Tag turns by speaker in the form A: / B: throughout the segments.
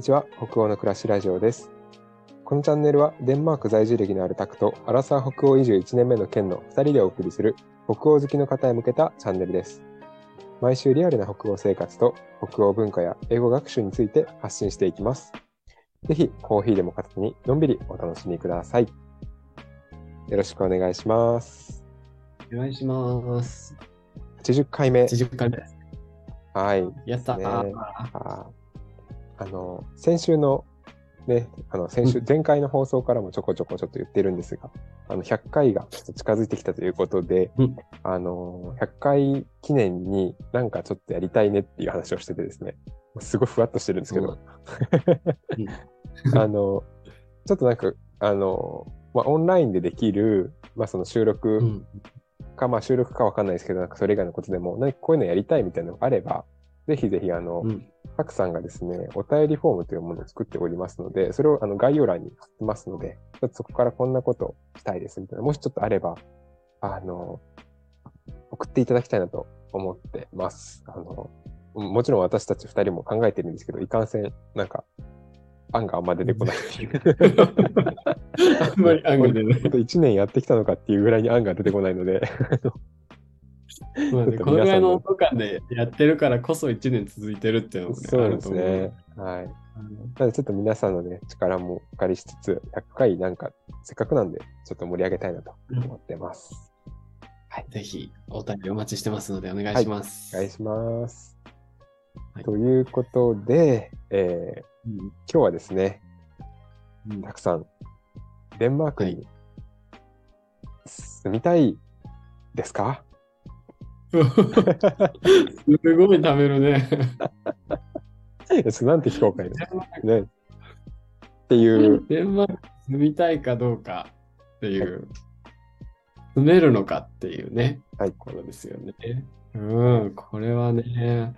A: ちは北欧の暮らしラジオですこのチャンネルはデンマーク在住歴のあるタクとアラサー北欧移住1年目の県の2人でお送りする北欧好きの方へ向けたチャンネルです毎週リアルな北欧生活と北欧文化や英語学習について発信していきますぜひコーヒーでも片手にのんびりお楽しみくださいよろしくお願いします
B: お願いします。
A: 80回目
B: 80回目です。
A: はい
B: やったー、
A: ねあーあの先週のねあの先週
B: うん
A: 前回の放送からもちょこちょこちょっと言ってるんですが、あの100回がちょっと近づいてきたということで、
B: うん
A: あの100回記念になんかちょっとやりたいねっていう話をしててですねすごいふわっとしてるんですけど、あのちょっとなんかあの、まあ、オンラインでできる、まあ、その収録、
B: うん。
A: か、まあ、収録かわかんないですけど、なんかそれ以外のことでも、何かこういうのやりたいみたいなのがあれば、ぜひぜひ、あの、
B: うん。
A: たくさんがですね、お便りフォームというものを作っておりますので、それをあの概要欄に貼ってますので、ちょっとそこからこんなことしたいですみたいな、もしちょっとあれば、あの、送っていただきたいなと思ってます。あの、もちろん私たち二人も考えてるんですけど、いかんせん、なんか、案があんま出てこ ないっていう。
B: あんまり案が出ない
A: 本当1年やってきたのかっていうぐらいに案が出てこないので、
B: まあ
A: ちょっ
B: ね、
A: と
B: このぐらい
A: 皆
B: の音感でやってるからこそ1年続いてるっていうのもね
A: そうです
B: ある
A: ね。はい。
B: と思う
A: なのでちょっと皆さんのね、力もお借りしつつ、100回なんか、せっかくなんで、ちょっと盛り上げたいなと思ってます。
B: うんぜひお便りお待ちしてますのでお願いします。
A: お願いします。
B: はい
A: ということで、えー今日はですね、
B: うん
A: たくさん、デンマーク
B: は
A: に住みたいです か、
B: すごい食べるね。
A: いやちょっとなんて非公開ね。ね。っていう、
B: デンマーク住みたいかどうかっていう、住めるのかっていうね、
A: はい
B: ところですよね。うん、これはね、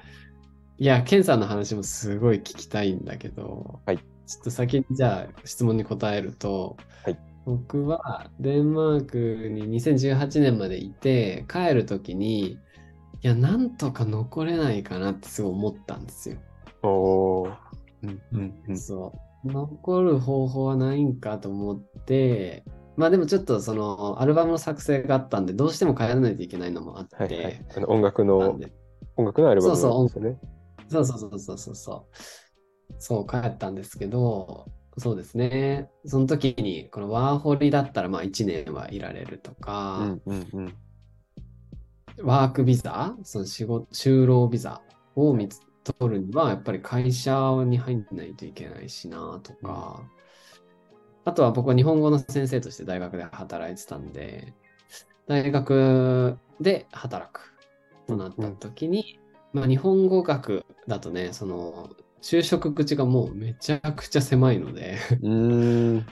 B: いや、ケンさんの話もすごい聞きたいんだけど、
A: はい
B: ちょっと先にじゃあ質問に答えると、
A: はい
B: 僕はデンマークに2018年までいて、帰るときに、いや、なんとか残れないかなってすごい思ったんですよ。
A: おーうんうんうん
B: そう。残る方法はないんかと思って、まあでもちょっとそのアルバムの作成があったんで、どうしても帰らないといけないのもあって、
A: はいはい、あの音楽
B: なん
A: の、
B: で
A: 音楽のアルバム
B: そうそう
A: なんですよね。
B: そうそうそうそうそうそう。そう、帰ったんですけど、そうですね。その時に、このワーホリだったらまあ1年はいられると
A: う
B: か、
A: んうんうん。
B: ワークビザ、その仕事、就労ビザを見つ取るには、やっぱり会社に入んないといけないしなとか、あとは僕は日本語の先生として大学で働いてたんで、大学で働くとなった時に、まあ日本語学だとね、その、就職口がもうめちゃくちゃ狭いので、
A: うーん。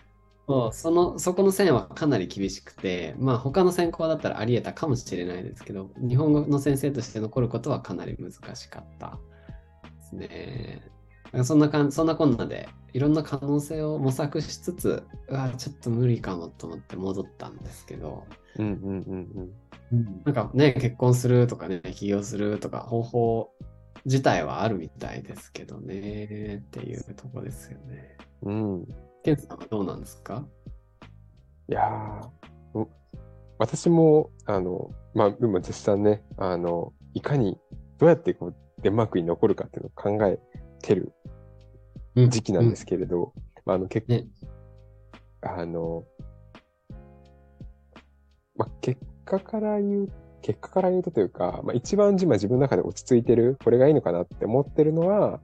B: そうそのそこの線はかなり厳しくて、まあ、他の専攻だったらありえたかもしれないですけど、日本語の先生として残ることはかなり難しかったですね。だからそんな感そんなこんなで、いろんな可能性を模索しつつ、うわ、ちょっと無理かもと思って戻ったんですけど、
A: うんうんうんうん。
B: なんかね、結婚するとかね、起業するとか、方法自体はあるみたいですけどね、っていうとこですよね。
A: うん、
B: ケンさんはどうなんですか
A: いやーお私も、あの、まあ、でも絶賛ね、あの、いかに、どうやってこうデンマークに残るかっていうのを考えてる時期なんですけれど、まあ、あの、結
B: ね
A: あの、まあ、結果から言う、結果から言うとというか、まあ、一番今自分の中で落ち着いてる、これがいいのかなって思ってるのは、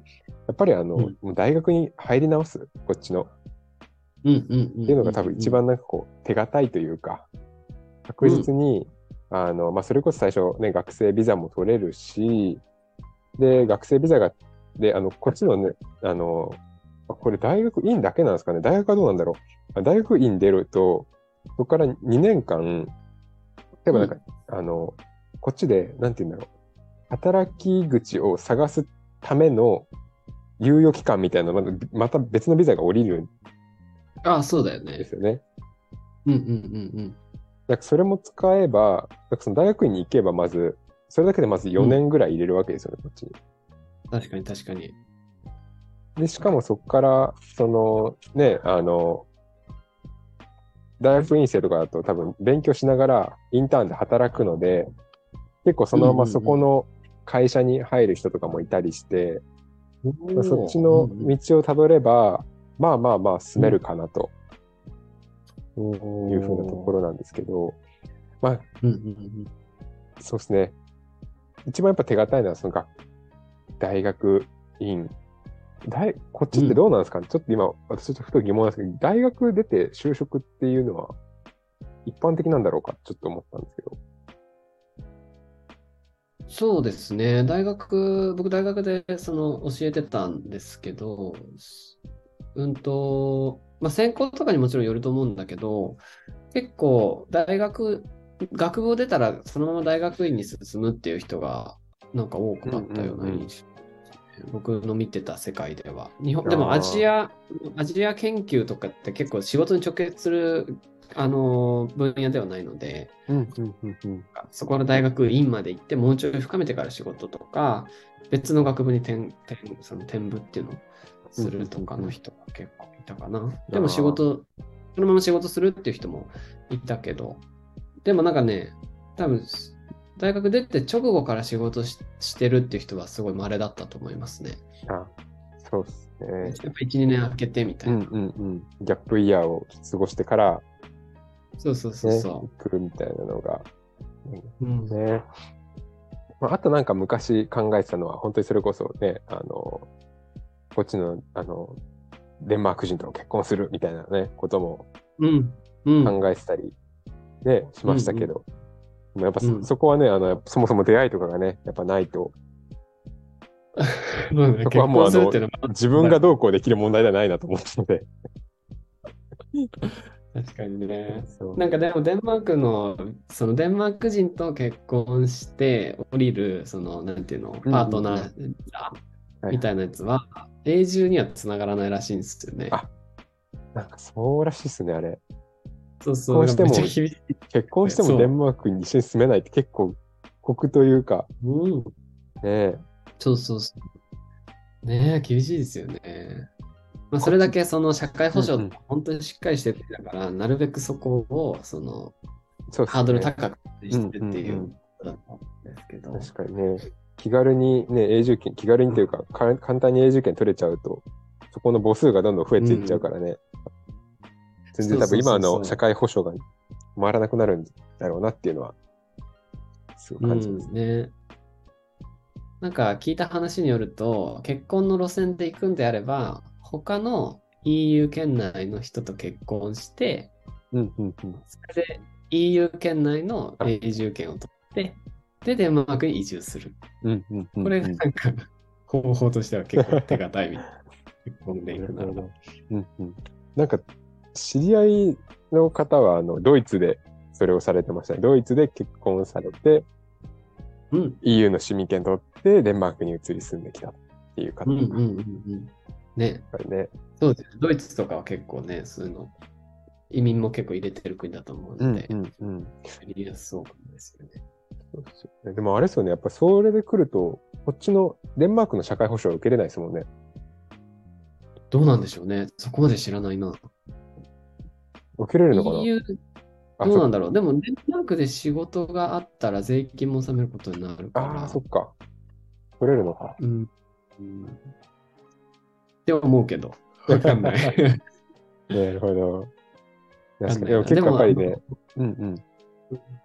A: やっぱりあの、
B: うん
A: もう大学に入り直す、こっちの。
B: うんうんうん。っ
A: っていうのが多分一番なんかこう手堅いというか確実に、あのまあ、それこそ最初ね学生ビザも取れるしで学生ビザがであのこっちのねあのあこれ大学院だけなんですかね大学はどうなんだろうあ大学院出るとそこから2年間例えばなんか、あのこっちでなんて言うんだろう働き口を探すための猶予期間みたいなのまたまた別のビザが降りるん
B: あ、そうだよ
A: で
B: ね
A: す。よね。
B: うんうん
A: なんかそれも使えば、なんかその大学院に行けばまず、それだけでまず4年ぐらい入れるわけですよね、こっちに。
B: うん。確かに確かに。
A: で、しかもそこから、そのね、あの、大学院生とかだと多分勉強しながらインターンで働くので、結構そのままそこの会社に入る人とかもいたりして、まあそっちの道をたどれば、まあまあまあ進めるかなというふうなとこ
B: ろ。
A: ろなんですけど、
B: うんうんうん
A: そうですね。一番やっぱ手堅いのは、その学、大学院。大、こっちってどうなんですかね、ちょっと今、私ちょっとふと疑問なんですけど、大学出て就職っていうのは、一般的なんだろうかちょっと思ったんですけど。
B: そうですね。大学、僕大学でその教えてたんですけど、うんと、まあ、専攻とかにもちろんよると思うんだけど、結構大学、学部を出たらそのまま大学院に進むっていう人がなんか多くなったような印象。僕の見てた世界では。日本、でも
A: あー
B: アジア、アジア研究とかって結構仕事に直結する、あの、分野ではないので、
A: うん、うん、うん、
B: そこの大学院まで行って、もうちょい深めてから仕事とか、別の学部に転転その転部っていうのをするとかの人が結構いたかな。でも仕事、そのまま仕事するっていう人もいたけど、でもなんかね、多分、大学出て直後から仕事ししてるっていう人はすごい稀だったと思いますね。
A: あ、そうです
B: やっ
A: ね。
B: ぱ1、2年空けてみた
A: う
B: い
A: ん、
B: な。
A: うん、うん。ギャップイヤーを過ごしてから、
B: そうそうそう
A: ね、
B: そ
A: 来るみたいなのが、
B: う。うん
A: ね。まあ、あとなんか昔考えてたのは、本当にそれこそね、あの、こっちの、あの、デンマーク人と結婚するみたいなね、ことも
B: うん。うん。
A: 考えてたり、ね、しましたけど、でもやっぱそ,、
B: うん
A: そこはね、あの、やっぱそもそも出会いとかがね、やっぱないと、
B: 結
A: そこはもうあの
B: 婚するっていうのは、
A: 自分がどうこうできる問題ではないなと思ったので。
B: 確かにね。
A: そう
B: なんかでもデンマークのそのデンマーク人と結婚して降りるそのなんていうの
A: うん
B: パートナービザ
A: はい
B: みたいなやつは永住にはつながらないらしいんですよね。
A: あなんかそうらしいっすね、あれ。
B: そうそう。
A: 結婚しても
B: めっちゃ厳しい。
A: 結婚して
B: そ
A: も
B: う
A: デンマークに一緒に住めないって結構酷というか、
B: うん。
A: ね、
B: そうそうそう。ねえ、厳しいですよね。まあ、それだけその社会保障
A: うんうん
B: 本当にしっかりしてるんだから、なるべくそこをその
A: そうっすね
B: ハードル高くしてってい
A: うんうんうん
B: うことだと思うんですけど。
A: 確かにね、気軽にね、永住権、気軽にというか、か簡単に永住権取れちゃうと、そこの母数がどんどん増えていっちゃうからね、全然多
B: そうそうそうそう
A: 分今の社会保障が回らなくなるんだろうなっていうのは、すごい感じます。
B: うん、ね。なんか聞いた話によると、結婚の路線で行くんであれば、他の EU 圏内の人と結婚して、
A: うんうんうん。
B: それで EU 圏内の永住権を取って、で、デンマークに移住する。
A: うんうんうんうん
B: これがなんか、方法としては結構手堅いみたいな。結婚で 行くならば。
A: うんうんなんか、知り合いの方は、あの、ドイツでそれをされてましたね。ドイツで結婚されて、
B: うん。
A: EU の市民権取って、デンマークに移り住んできたっていう
B: う
A: 方
B: んう
A: やっ
B: んうんうん。ね。
A: ぱりね。
B: そうですね。ドイツとかは結構ね、そういうの、移民も結構入れてる国だと思うので、
A: んうん。
B: やりやすそうかもですよね。
A: そうですよねでもあれですよね、やっぱそれで来ると、こっちのデンマークの社会保障を受けれないですもんね。
B: どうなんでしょうね。そこまで知らないな。
A: 受けれるのかな
B: EU、
A: あ
B: どうなんだろう。でも、デンマークで仕事があったら税金も納めることになるから。
A: ああー、そっか。取れるのか。
B: うん。うんって思うけど、わか んない。
A: なるほど。
B: わか
A: 確
B: ん
A: か
B: な
A: に。
B: い
A: でも結
B: な
A: 構やっぱり
B: で
A: ね
B: も。
A: うんうん。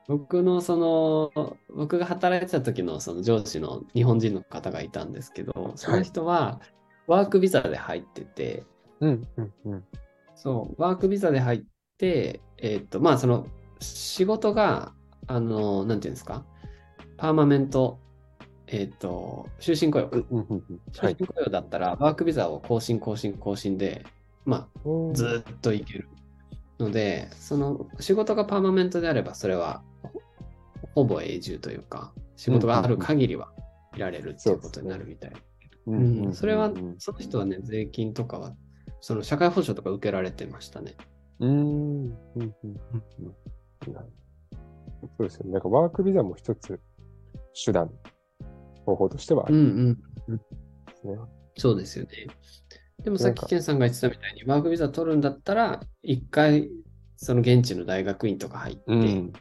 B: 僕のその、僕が働いてた時のその上司の日本人の方がいたんですけど、その人はワークビザで入ってて、
A: うんうんうん。
B: そう、ワークビザで入って、えーっと、まあ、その、仕事が、あの、なんていうんですか、パーマメント、えーっと、終身雇用か。
A: うんうんうん。は
B: 終
A: い。
B: 身雇用だったら、ワークビザを更新、更新、更新で、まあ、ずーっといけるので、その、仕事がパーマメントであれば、それは、ほほぼ永住というか、仕事がある限りはいられるっていうことになるみたいな。
A: う
B: うん、それは
A: う、ん
B: その人はね、税金とかは、その社会保障とか受けられてましたね。
A: うんうんうん。そうですよね。なんかワークビザも一つ手段、方法としてはあ
B: う
A: る
B: ん
A: ん
B: うん。
A: ですね。
B: そうですよね。でもさっ
A: なん
B: き
A: か
B: ケンさんが言ってたみたいに、ワークビザ取るんだったら、一回、その現地の大学院とか入って、
A: うん。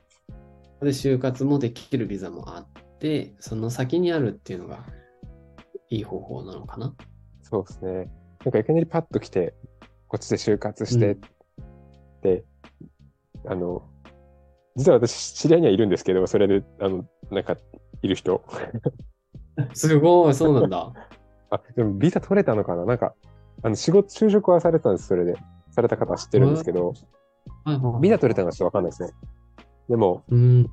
B: で就活もできるビザもあって、その先にあるっていうのが、いい方法なのか な。
A: そうですね。なんかいきなりパッと来て、こっちで就活して
B: う
A: っ
B: ん
A: て、あの、実は私、知り合いにはいるんですけど、それで、あの、なんか、いる人。
B: すごい、そうなん だ。
A: あ、でもビザ取れたのかななんか、あの、仕事、就職はされたんです、それで。された方は知ってるんですけど、
B: はいはい
A: ビザ取れたのはちょっとわかんないですね。でも、
B: うん。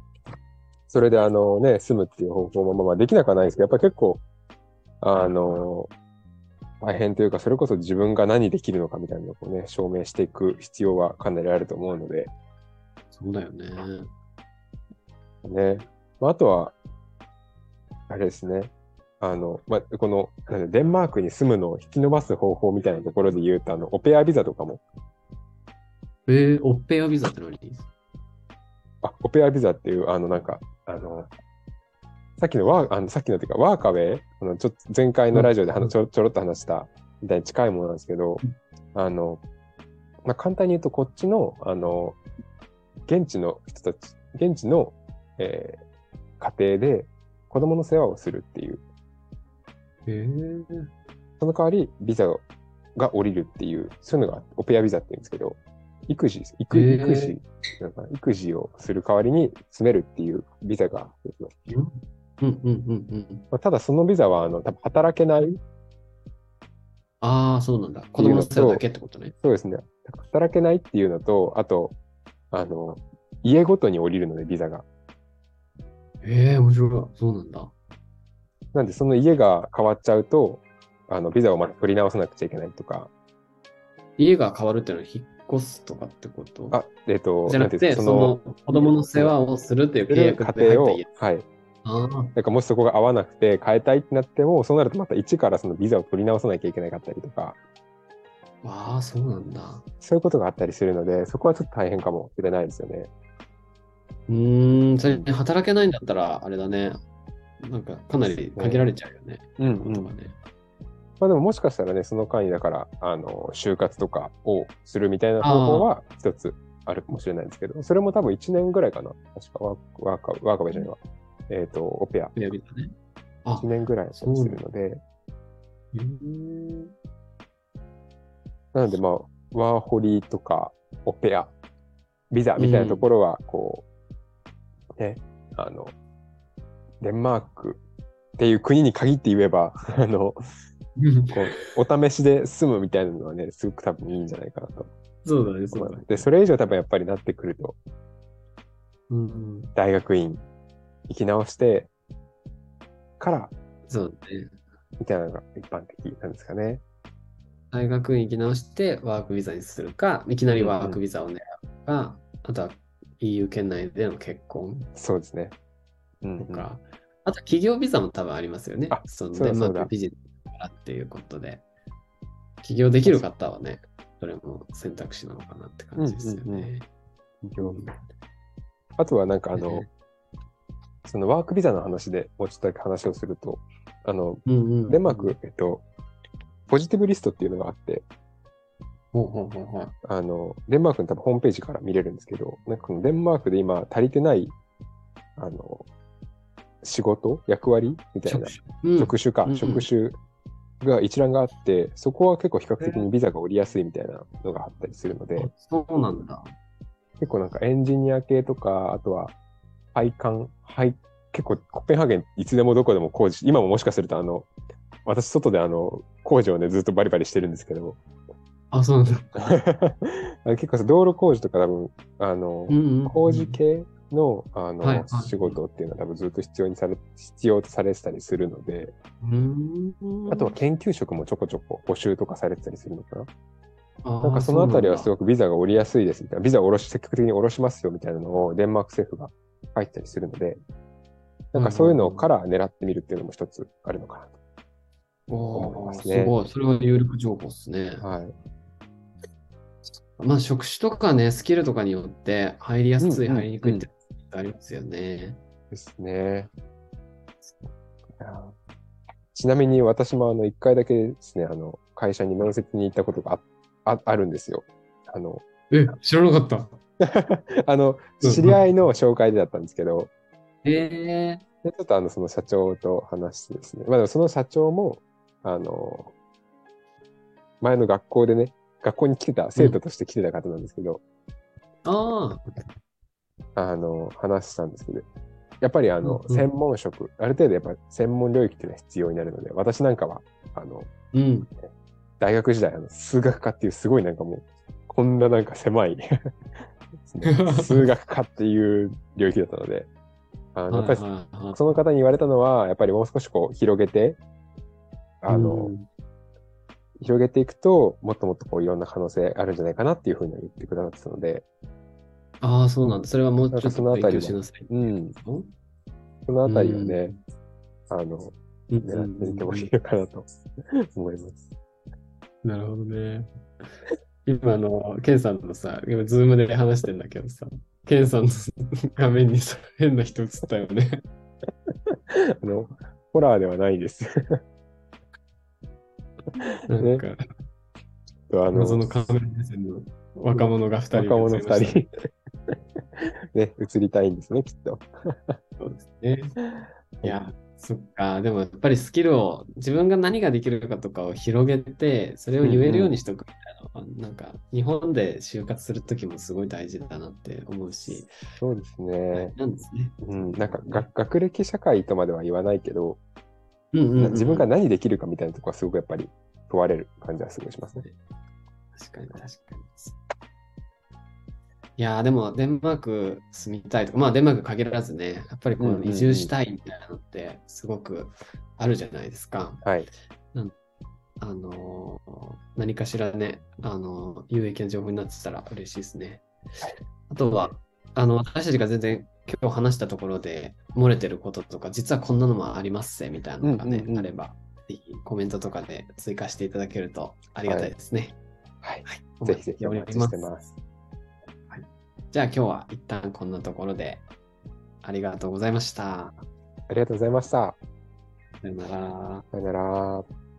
A: それであのね、住むっていう方法もまあまあできなくはないですけど、やっぱり結構、あの、大変というか、それこそ自分が何できるのかみたいなのをね、証明していく必要はかなりあると思うので、
B: そうだよね。
A: ね。まあ、あとは、あれですね。あの、まあ、この、なんだデンマークに住むのを引き延ばす方法みたいなところで言うと、あの、オペアビザとかも、
B: えー、オッペアビザって何
A: あ、オペアビザっていう、あの、なんか、あの、さっきのワー、あのさっきのっていうか、ワーカウェイ、あのちょっと前回のラジオで話ちょちょろっと話したみたいに近いものなんですけど、あの、まあ、簡単に言うと、こっちの、あの、現地の人たち、現地の、えー家庭で子供の世話をするっていう、
B: えー、
A: その代わりビザが降りるっていう、そういうのがオペアビザって言うんですけど、育児です、育
B: へー
A: 育児なのかな、育児をする代わりに住めるっていうビザができます
B: うんうんうんうん。
A: まあ、ただそのビザはあの多分働けない、
B: ああ、そうなんだ。子供の世話だけってことね。
A: そうですね、働けないっていうのと、あと、あの、家ごとに降りるので、ビザが。
B: ええー、面白い。そうなんだ。
A: なんで、その家が変わっちゃうと、あの、ビザをまた取り直さなくちゃいけないとか、
B: 家が変わるっていうのは引っ越すとかってこと
A: あ、えっ、と、
B: じゃなくて、
A: ん
B: そ
A: いう
B: の子供の世話をするという
A: その
B: 契約
A: 家
B: で
A: 庭を、
B: 入った家。
A: はい。
B: ああ、
A: なんかもしそこが合わなくて変えたいってなっても、そうなるとまた一からそのビザを取り直さなきゃいけなかったりとか、
B: わあ、そうなんだ。
A: そういうことがあったりするので、そこはちょっと大変かもしれないですよね。
B: うーん、それに働けないんだったら、あれだね。なんか、かなり限られちゃうよね。
A: うん
B: ことがね。
A: まあでももしかしたらね、その間にだから、あの、就活とかをするみたいな方法は一つあるかもしれないんですけど、それも多分1年ぐらいかな。確かワーク、ワーカー、ワーカーじゃないわ。えっ、と、オペア。
B: ペアビザね。あ
A: 1、年ぐらいするので、
B: うーん
A: なのでまあ、ワーホリとか、オペア、ビザみたいなところは、こう、ね、あの、デンマークっていう国に限って言えば、 あの、こう、お試しで住むみたいなのはね、すごく多分いいんじゃないかなと
B: そうだね、そ
A: 思いう
B: だ
A: ま
B: ね
A: す。。で、それ以上多分やっぱりなってくると、
B: うん、
A: 大学院行き直してから、
B: そうだね。
A: みたいなのが一般的なんですかね。
B: 大学院行き直してワークビザにするか、いきなりワークビザを狙うか、あとは EU 圏内での結婚
A: そうですね。うん
B: とか、あと企業ビザも多分ありますよね
A: あ。
B: その
A: そう
B: デ
A: だ
B: ンマ
A: そう
B: ー
A: だ
B: クビジネスからっていうことで。起業できる方はね、それも選択肢なのかなって感じですよ
A: うんうんう
B: ね。
A: うんあとはなんかあの
B: ね、
A: そのワークビザの話でもうちょっとだけ話をすると、あの、
B: うんうん
A: デンマーク、えっと、ポジティブリストっていうのがあって、
B: ほうほうほうほう。
A: あの、デンマークの多分ホームページから見れるんですけど、なんかこのデンマークで今足りてない、あの、仕事役割みたいな
B: 職。種うん
A: 職種か、
B: うんうん
A: 職種が一覧があって、そこは結構比較的にビザが降りやすいみたいなのがあったりするので、
B: あそうなんだ。
A: 結構なんかエンジニア系とか、あとは配管、配、結構コペンハーゲンいつでもどこでも工事、今ももしかするとあの、私外であの、工事をね、ずっとバリバリしてるんですけど、
B: あ、そうなんだ。
A: 結構さ道路工事とか多分、あの、
B: うんうんうん
A: 工事系のあの、
B: はいはい
A: 仕事っていうのは多分ずっと必要にされ、必要とされてたりするので、
B: うーん
A: あとは研究職もちょこちょこ募集とかされてたりするのかな。
B: あ
A: なんかそのあたりはす
B: ご
A: ごくビザが下りやすいですみたいな、ビザを下ろし、積極的に下ろしますよみたいなのをデンマーク政府が入ったりするので、なんかそういうのから狙ってみるっていうのも一つあるのかな
B: く
A: 思いますね
B: すごい。それは有力情報ですね。
A: と。はい。
B: まあ、職種とかね、スキルとかによって入りや
A: うんう
B: す
A: ん
B: い、
A: うん
B: 入りにくいってありますよね。
A: ですね。ちなみに私もあの、一回だけですね、あの、会社に面接に行ったことがあああるんですよ。あの、
B: え、知らなかった。
A: あの
B: うん
A: 知り合いの紹介でだったんですけど、
B: ええ
A: でちょっとあのその社長と話してですね、まあ、でもその社長も、あの、前の学校でね、学校に来てた、生徒として来てた方なんですけど、
B: ああ、
A: あの、話したんですけど、やっぱりあの、
B: うんうん
A: 専門職、ある程度やっぱ専門領域っていうのは必要になるので、私なんかは、あの、
B: うん。
A: 大学時代、あの数学科っていうすごいなんかもう、こんななんか狭い です ね、数学科っていう領域だったので、あのやっぱり
B: はいはいはい
A: その方に言われたのは、やっぱりもう少しこう広げて、あの、
B: うん
A: 広げていくと、もっともっとこういろんな可能性あるんじゃないかなっていうふうには言ってくださってたので、
B: ああ、そうなんだ。それはもうちょ
A: なん
B: っ
A: かそ
B: と
A: のあた
B: 勉
A: り
B: 強
A: は
B: しなさい。
A: うん、
B: うん
A: そのあたりはね、あの、
B: うん
A: 狙ってみてもいいのかなと思います。
B: なるほどね。今あの、ケンさんのさ、今、ズームで話してんだけどさ、ケンさんの画面にさ、変な人映ったよね。
A: あの、ホラーではないです。
B: なんか、
A: あの、
B: 謎のカメラ目線の若者が2人
A: 若者
B: 映りま
A: 2
B: したね
A: 人。 ね、映りたいんですね、きっと。
B: そうですね。いや、そっか。でもやっぱりスキルを、自分が何ができるかとかを広げて、それを言えるようにしとくみたいなのは、なんか、日本で就活するときもすごい大事だなって思うし、
A: そうですね。
B: なんですね。
A: うん、なんかが学歴社会とまでは言わないけど、
B: うんうんうん
A: 自分が何できるかみたいなところはすごくやっぱり問われる感じはすごいしますね。
B: 確かに確かに。いやーでもデンマーク住みたいとか、まあデンマーク限らずね、やっぱりこ
A: うんうんう
B: の
A: ん
B: 移住したいみたいなのってすごくあるじゃないですか。
A: はい。
B: あのー何かしらね、あのー有益な情報になってたら嬉しいですね。あとは、あの、私たちが全然今日話したところで漏れてることとか、実はこんなのもありますぜみたいなのがね、
A: うんうんうん
B: あれば、ぜひコメントとかで追加していただけるとありがたいですね。
A: はい。
B: はい
A: ぜひぜひお待ちしてます。
B: じゃあ今日は一旦こんなところでありがとうございました。
A: ありがとうございました。
B: さよなら。
A: さよなら。